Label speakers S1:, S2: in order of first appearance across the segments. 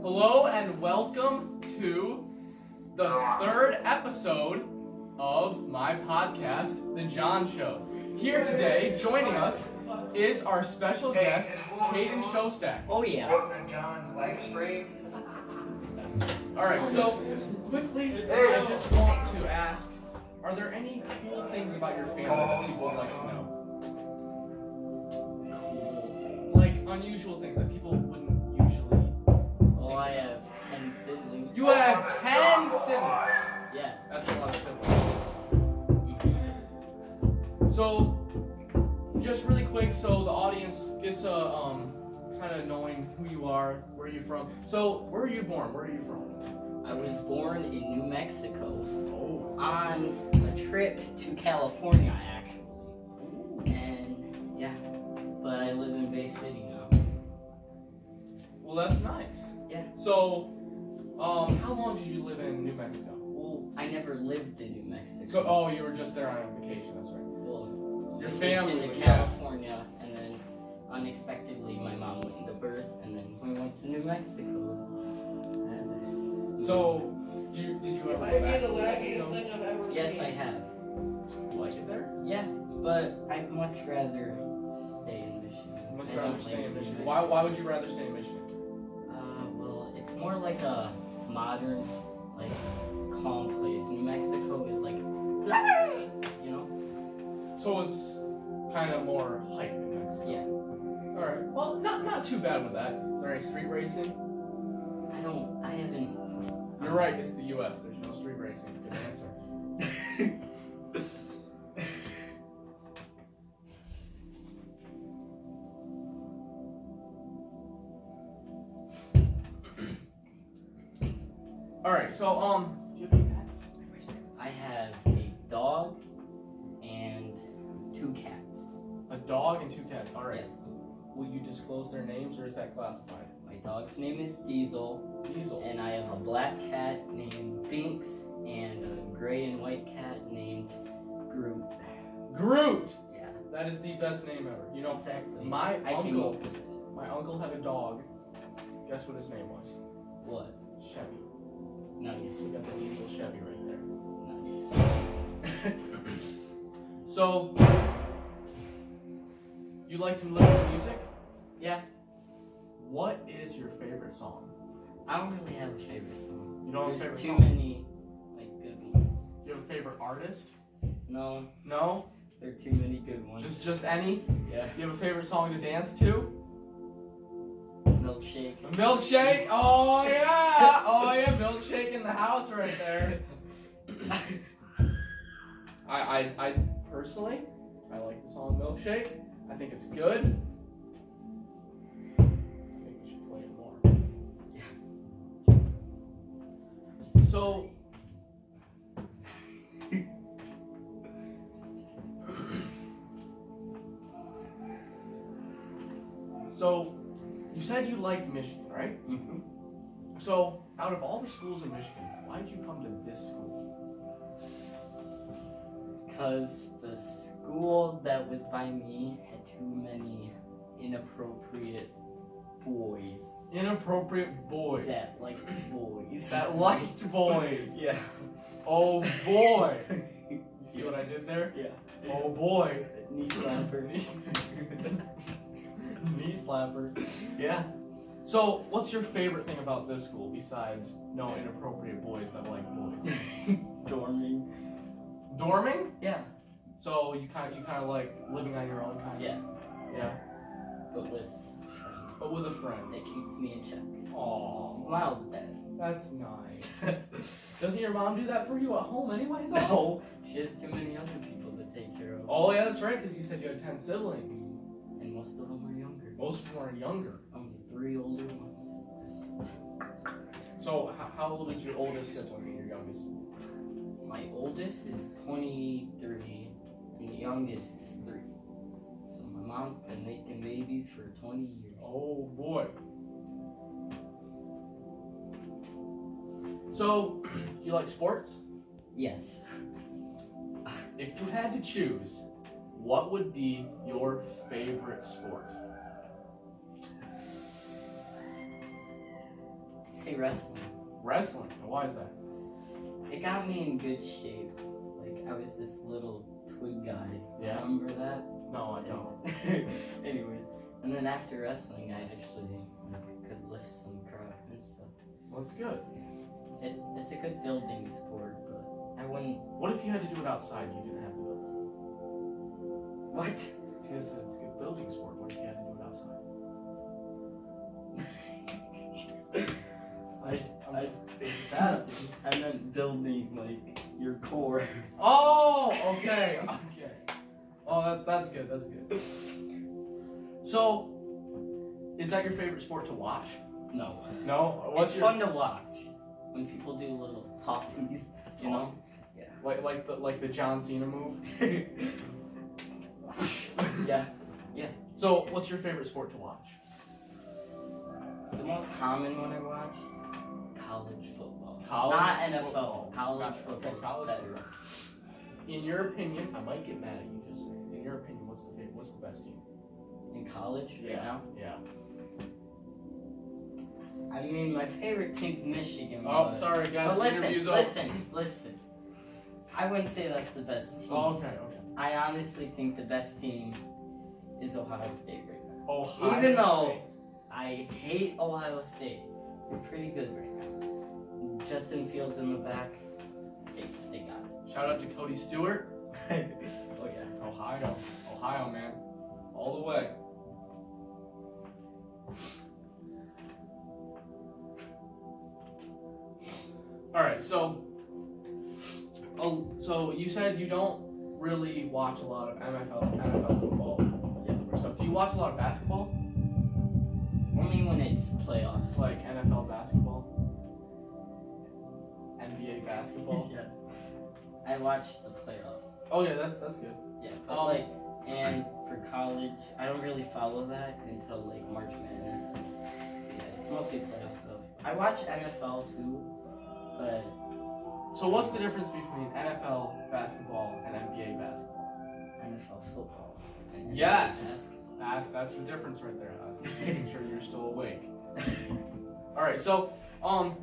S1: Hello and welcome to the third episode of my podcast, The John Show. Here today, joining us is our special guest, Caden Shostak.
S2: Oh yeah.
S3: John's leg sprain.
S1: All right, so quickly, I just want to ask: Are there any cool things about your family that people would like to know? Like unusual things that people wouldn't usually.
S2: Well, Oh, I have ten siblings.
S1: You have ten siblings.
S2: Yes.
S1: That's a lot of siblings. So, just really quick, so the audience gets a um, kind of knowing who you are, where you're from. So, where are you born? Where are you from?
S2: I was born in New Mexico
S1: Oh.
S2: on a trip to California actually, and yeah, but I live in Bay City now.
S1: Well, that's nice.
S2: Yeah.
S1: So, um, how long did you live in New Mexico?
S2: Well, I never lived in New Mexico.
S1: So, oh, you were just there on vacation. That's right.
S2: well,
S1: Your
S2: vacation
S1: family.
S2: to
S1: yeah.
S2: California, and then unexpectedly my mom went into birth, and then we went to New Mexico. And,
S1: So, do you, did you ever go back? to New Mexico?
S4: I've ever
S2: yes, I have.
S1: You like it there?
S2: Yeah, but I'd much rather stay in Michigan.
S1: Much
S2: I
S1: rather
S2: don't
S1: stay
S2: like
S1: in Michigan.
S2: New Mexico.
S1: Why, why would you rather stay in Michigan?
S2: Uh, well, it's more like a modern, like, calm place. New Mexico is like, you know?
S1: So it's kind of more hype in Mexico.
S2: Yeah.
S1: All right. Well, not not too bad with that. Is there any street racing?
S2: I don't, I haven't.
S1: You're right. It's the U.S. There's no street racing. Good answer. All right. So um. Do you have any pets?
S2: I have a dog and two cats.
S1: A dog and two cats. All right.
S2: Yes.
S1: Will you disclose their names or is that classified?
S2: My dog's name is Diesel,
S1: Diesel.
S2: and I have a black cat named Binks, and a gray and white cat named Groot.
S1: Groot.
S2: Yeah,
S1: That is the best name ever. You know,
S2: exactly.
S1: my
S2: I came
S1: uncle.
S2: up with it.
S1: My uncle had a dog. Guess what his name was?
S2: What?
S1: Chevy.
S2: Nice.
S1: We got the diesel Chevy right there.
S2: Nice.
S1: So, you like to listen to music?
S2: Yeah.
S1: What is your favorite song?
S2: I don't really have a favorite song.
S1: You don't have a
S2: There's
S1: favorite
S2: too
S1: song?
S2: many like good ones.
S1: Do you have a favorite artist?
S2: No,
S1: No?
S2: there are too many good ones.
S1: Just just any?
S2: yeah.
S1: Do you have a favorite song to dance to?
S2: Milkshake.
S1: A milkshake? Oh yeah! Oh yeah, milkshake in the house right there. I, I, I personally, I like the song Milkshake. I think it's good. I think we should play it more. So, so you said you like Michigan, right?
S2: hmm
S1: So, out of all the schools in Michigan, why did you come to this school?
S2: Cause the school that was by me had too many inappropriate boys.
S1: Inappropriate boys.
S2: That like boys.
S1: That liked boys.
S2: Yeah.
S1: Oh boy. You see what I did there?
S2: Yeah.
S1: Oh boy.
S2: Knee slapper.
S1: Knee slapper.
S2: yeah.
S1: So, what's your favorite thing about this school besides no inappropriate boys that like boys?
S2: Dorming.
S1: Dorming?
S2: Yeah.
S1: So you kind of you kind of like living on your own kind of.
S2: Yeah.
S1: Yeah.
S2: But with friends.
S1: But with a friend.
S2: That keeps me in check.
S1: Aw,
S2: Miles better.
S1: that's nice. Doesn't your mom do that for you at home anyway though?
S2: No, she has too many other people to take care of,
S1: Oh yeah, that's right. Because you said you had ten siblings.
S2: and most of them are younger.
S1: Most of them are younger.
S2: Only three older ones.
S1: So h- how old is your oldest sibling and your youngest?
S2: My oldest is 23, and the youngest is three. So my mom's been making babies for 20 years.
S1: Oh boy. So, do you like sports?
S2: Yes.
S1: If you had to choose, what would be your favorite sport?
S2: It's say wrestling.
S1: Wrestling. Why is that?
S2: It got me in good shape. Like I was this little twig guy.
S1: Yeah.
S2: Remember that?
S1: No, I don't.
S2: Anyways, and then after wrestling, I actually like, could lift some crap and stuff.
S1: Well, that's good.
S2: It's a, it's a good building sport, but I wouldn't.
S1: What if you had to do it outside? You didn't have to build.
S2: What?
S1: it? See, that's a, it's a good building sport. What if you had to do it outside?
S2: I just, I just think fast. I meant building like your core.
S1: Oh, okay, okay. Oh, that's that's good. That's good. So, is that your favorite sport to watch?
S2: No.
S1: No.
S2: it's fun to watch when people do little tossies, you know?
S1: Like like the like the John Cena move.
S2: yeah.
S1: So, what's your favorite sport to watch?
S2: The most common one I watch, college football.
S1: College
S2: Not NFL.
S1: football.
S2: College
S1: Gotcha, okay,
S2: football. is
S1: college
S2: better.
S1: football. In your opinion, I might get mad at you just saying. In your opinion, what's the favorite, what's the best team?
S2: In college right
S1: Yeah.
S2: now.
S1: Yeah.
S2: I mean, my favorite team's Michigan.
S1: Oh,
S2: but-
S1: sorry guys.
S2: But
S1: the
S2: listen,
S1: interview's
S2: listen, listen. I wouldn't say that's the best team.
S1: Over. Oh, okay, okay.
S2: I honestly think the best team is Ohio State right now.
S1: Ohio
S2: Even though-
S1: State.
S2: I hate Ohio State. They're pretty good right now. Justin Fields in the back. They, they got
S1: Shout out to Cody Stewart.
S2: it. oh yeah.
S1: Ohio. Ohio, man. All the way. All right, so oh, so you said you don't really watch a lot of NFL, NFL football
S2: Yeah.
S1: or stuff. Do you watch a lot of basketball,
S2: Only when it's playoffs.
S1: like NFL basketball, NBA basketball?
S2: yes. I watch the playoffs.
S1: Oh yeah, that's that's good.
S2: Yeah. But
S1: Um,
S2: like, and for college, I don't really follow that until like March Madness. Yeah, it's mostly playoff stuff. I watch NFL too, but
S1: So what's the difference between NFL basketball and NBA basketball?
S2: NFL football. and
S1: Yes. That's that's the difference right there. Us making sure you're still awake. All right, so um,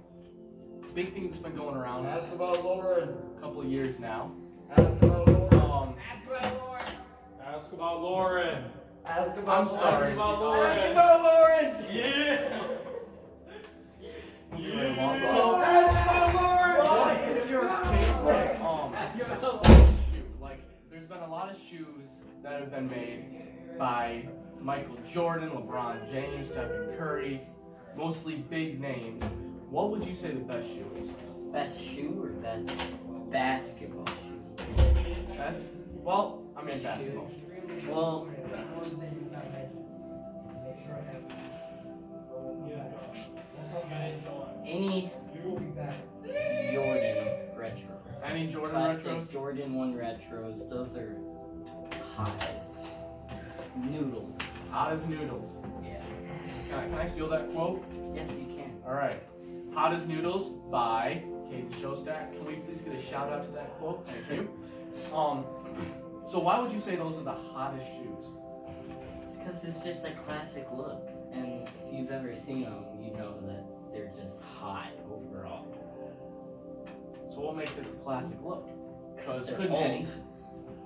S1: big thing that's been going around a
S3: Ask about Lauren.
S1: couple of years now.
S3: Ask about Lauren.
S1: Um,
S4: Ask about Lauren.
S3: Ask about
S1: I'm
S3: Lauren.
S1: sorry.
S4: about
S3: Ask
S4: Lauren.
S3: about Lauren.
S4: Yeah.
S1: Yeah.
S3: So, ask about
S1: what
S3: Lauren.
S1: is your favorite um sport shoe? Like, there's been a lot of shoes that have been made by Michael Jordan, LeBron James, Stephen Curry, mostly big names. What would you say the best shoe is?
S2: Best shoe or best basketball shoe?
S1: Best? Well, I mean basketball.
S2: Well, any Jordan retros.
S1: Any Jordan
S2: Classic
S1: retros?
S2: Jordan 1 retros, those are hot as noodles.
S1: Hot as noodles.
S2: Yeah.
S1: Can I, can I steal that quote?
S2: Yes, you can.
S1: All right. Hot as noodles by Kate Showstack. Can we please get a shout out to that quote? Thank you. Um. So why would you say those are the hottest shoes?
S2: It's because it's just a classic look. And if you've ever seen them, you know that they're just hot overall.
S1: So what makes it the classic look? Because
S2: They're
S1: couldn't
S2: old.
S1: any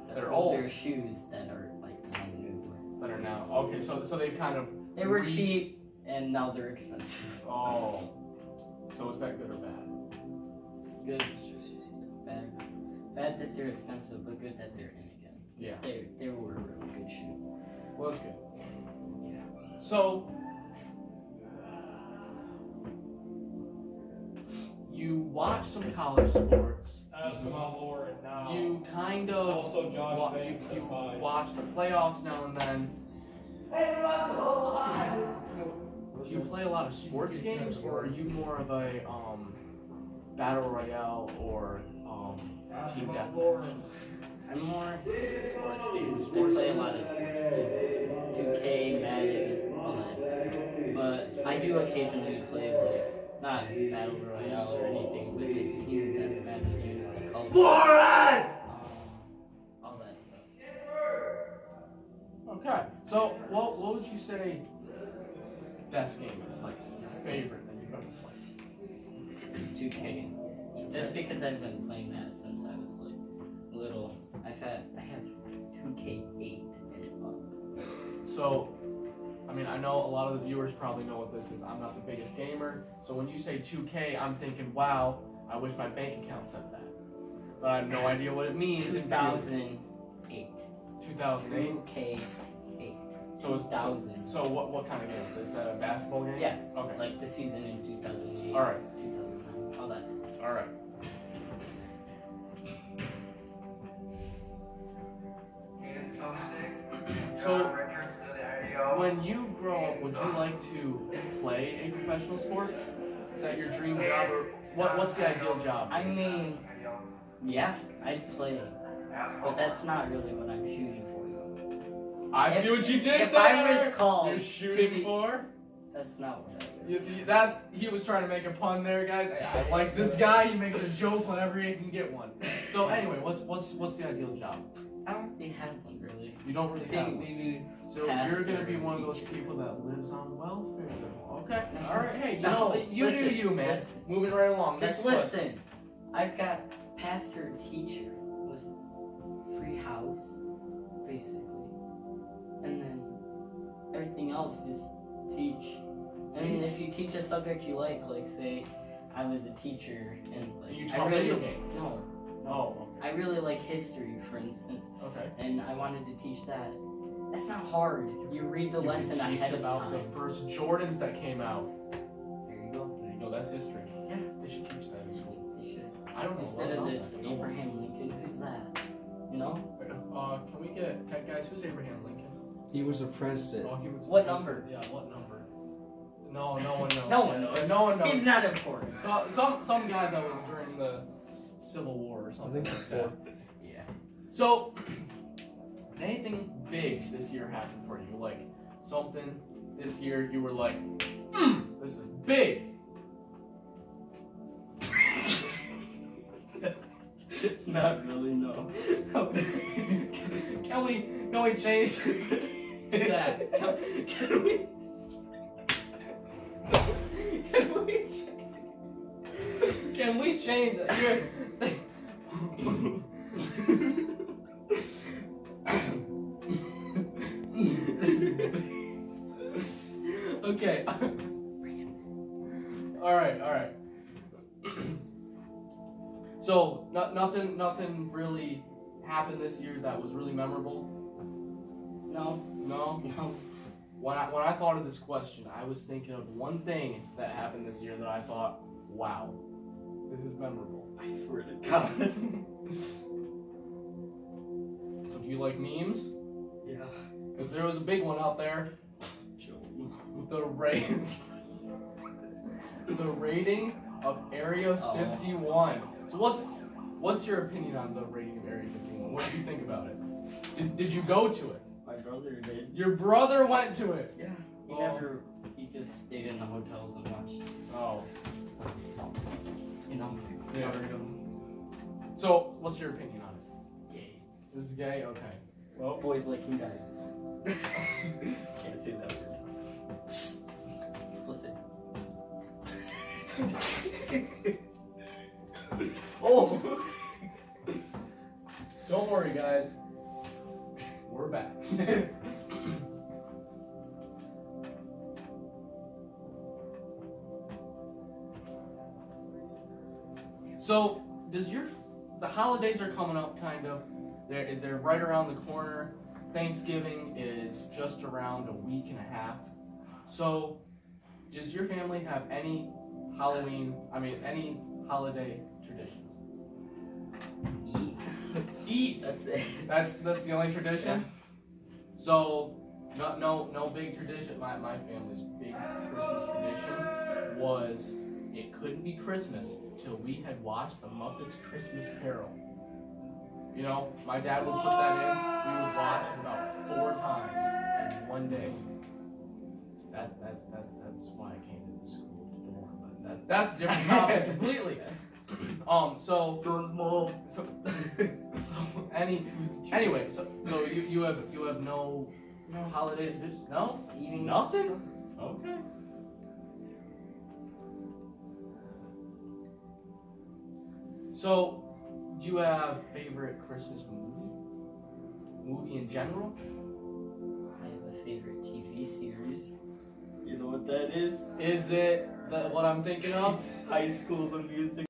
S1: They're
S2: They're
S1: old.
S2: shoes that are like brand new.
S1: that are now. Okay. So so they've kind of.
S2: They were
S1: re-
S2: cheap and now they're expensive.
S1: Oh. So is that good or bad?
S2: good. Bad, bad that they're expensive, but good that they're in again.
S1: Yeah.
S2: They, they were a really good shoe.
S1: Well, that's good. So, you watch some college sports.
S4: Ask about Lauren now.
S1: You kind of
S4: also Josh
S1: wa- you,
S4: Banks
S1: you
S4: is fine.
S1: watch the playoffs now and then. Do you play a lot of sports games, or are you more of a um, battle royale or um,
S3: Ask
S1: team
S3: about
S1: deathmatch?
S3: Lauren.
S2: I'm more sports games. I play a lot of sports games. 2K, Madden, all that. But I do occasionally play like not battle royale or anything, but just team deathmatch games like Call of Duty,
S3: Lauren!
S2: um, all that stuff.
S1: Okay. So, what what would you say best game is like your favorite that you've ever played?
S2: 2K. Just because I've been playing that since I was like little. I've had I have 2K8 and up.
S1: So, I mean, I know a lot of the viewers probably know what this is. I'm not the biggest gamer, so when you say 2K, I'm thinking, wow, I wish my bank account said that. But I have no idea what it means in video-
S2: 2008.
S1: 2008.
S2: 2K8.
S1: So it's so,
S2: 2000.
S1: so what what kind of game is this? Is that a basketball game?
S2: Yeah.
S1: Okay.
S2: Like the season in 2008.
S1: All right.
S2: 2009. All that.
S1: All right.
S3: And so sick.
S1: So-
S3: John Richards to the RDO.
S1: When you grow up, would you like to play a professional sport? Is that your dream job, or what? What's the ideal job?
S2: I mean, yeah, I'd play, but that's not really what I'm shooting for.
S1: I
S2: if-
S1: see what you did
S2: if I
S1: there.
S2: was called
S1: You're
S2: to
S1: shooting
S2: the-
S1: for.
S2: That's not what I.
S1: You, you- that's he was trying to make a pun there, guys. I, I like this guy. He makes a joke whenever he can get one. So anyway, what's what's what's the ideal job?
S2: I don't really have one really.
S1: You don't
S2: I
S1: really have
S2: think
S1: one.
S2: maybe.
S1: So you're gonna be one of those people that lives on welfare. though. Okay. All right. Hey, you
S2: Mm-hmm. No,
S1: know, you
S2: listen,
S1: do you, man.
S2: listen.
S1: Moving right along. Next
S2: Just
S1: question.
S2: listen. I've got pastor and teacher was free house, basically, and then everything else just teach. I mean, if you teach a subject you like, like say, I was a teacher and like
S1: You
S2: I
S1: taught
S2: really-
S1: video games.
S2: No, no.
S1: Oh.
S2: I really like history, for instance,
S1: Okay.
S2: and I wanted to teach that. That's not hard. You read
S1: You
S2: the
S1: can
S2: lesson
S1: teach
S2: ahead of
S1: about
S2: time.
S1: the first Jordans that came out.
S2: There you go.
S1: You know that's history.
S2: Yeah.
S1: They should teach that in school.
S2: They should.
S1: I don't know.
S2: Instead
S1: what
S2: of
S1: about
S2: this
S1: that. I don't know.
S2: Abraham Lincoln, who's that? You know?
S1: Uh, can we get tech guys? Who's Abraham Lincoln?
S5: He was a president.
S1: Oh, he was
S2: What number?
S1: Yeah, what number? No, no one knows.
S2: No one
S1: Yeah,
S2: knows.
S1: No one knows.
S2: He's not important.
S1: So, some some guy that was during the Civil War or
S5: I
S1: something
S5: think
S1: like that.
S2: Yeah.
S1: So, did anything big this year happen for you? Like something this year you were like, mm, this is big.
S2: Not really, no.
S1: Can we can we change that?
S2: that. Can, can we?
S1: Can we change? Can we change that? You're- okay. all right, all right. So, not, nothing, nothing really happened this year that was really memorable.
S2: No,
S1: No.
S2: no.
S1: When I, when I thought of this question, I was thinking of one thing that happened this year that I thought, wow, this is memorable.
S2: I swear to God.
S1: So do you like memes?
S2: yeah.
S1: Because there was a big one out there. The rate, the rating of Area
S2: Oh.
S1: 51. So what's what's your opinion on the rating of Area 51? What did you think about it? Did, did you go to it?
S2: My brother did.
S1: Your brother went to it.
S2: Yeah. He
S1: Oh.
S2: never. He just stayed in the hotels and watched.
S1: Oh.
S2: You know.
S1: Yeah.
S2: Naruto.
S1: So what's your opinion on it?
S2: Gay.
S1: It's gay. Okay.
S2: Well, boys like you guys. Can't say that word. Explicit. oh.
S1: Don't worry, guys. We're back. so, does your the holidays are coming up kind of? They're they're right around the corner. Thanksgiving is just around a week and a half. So, does your family have any Halloween? I mean, any holiday traditions?
S2: Eat.
S1: Eat.
S2: E. That's it.
S1: That's that's the only tradition. So, no no no big tradition. My my family's big Christmas tradition was it couldn't be Christmas till we had watched the Muppets Christmas Carol. You know, my dad would put that in. We would watch it about four times in one day. That's that's that's that's why I came to the school to dorm, but that's that's a different topic completely. Um, so. So, so any, anyway, so, so you, you have you have no
S2: No.
S1: holidays this no?
S2: Eating
S1: Nothing? Okay. So, do you have favorite Christmas movie? Movie in general?
S2: I have a favorite TV series. You know what that is?
S1: Is it the, what I'm thinking of?
S2: High School the Music.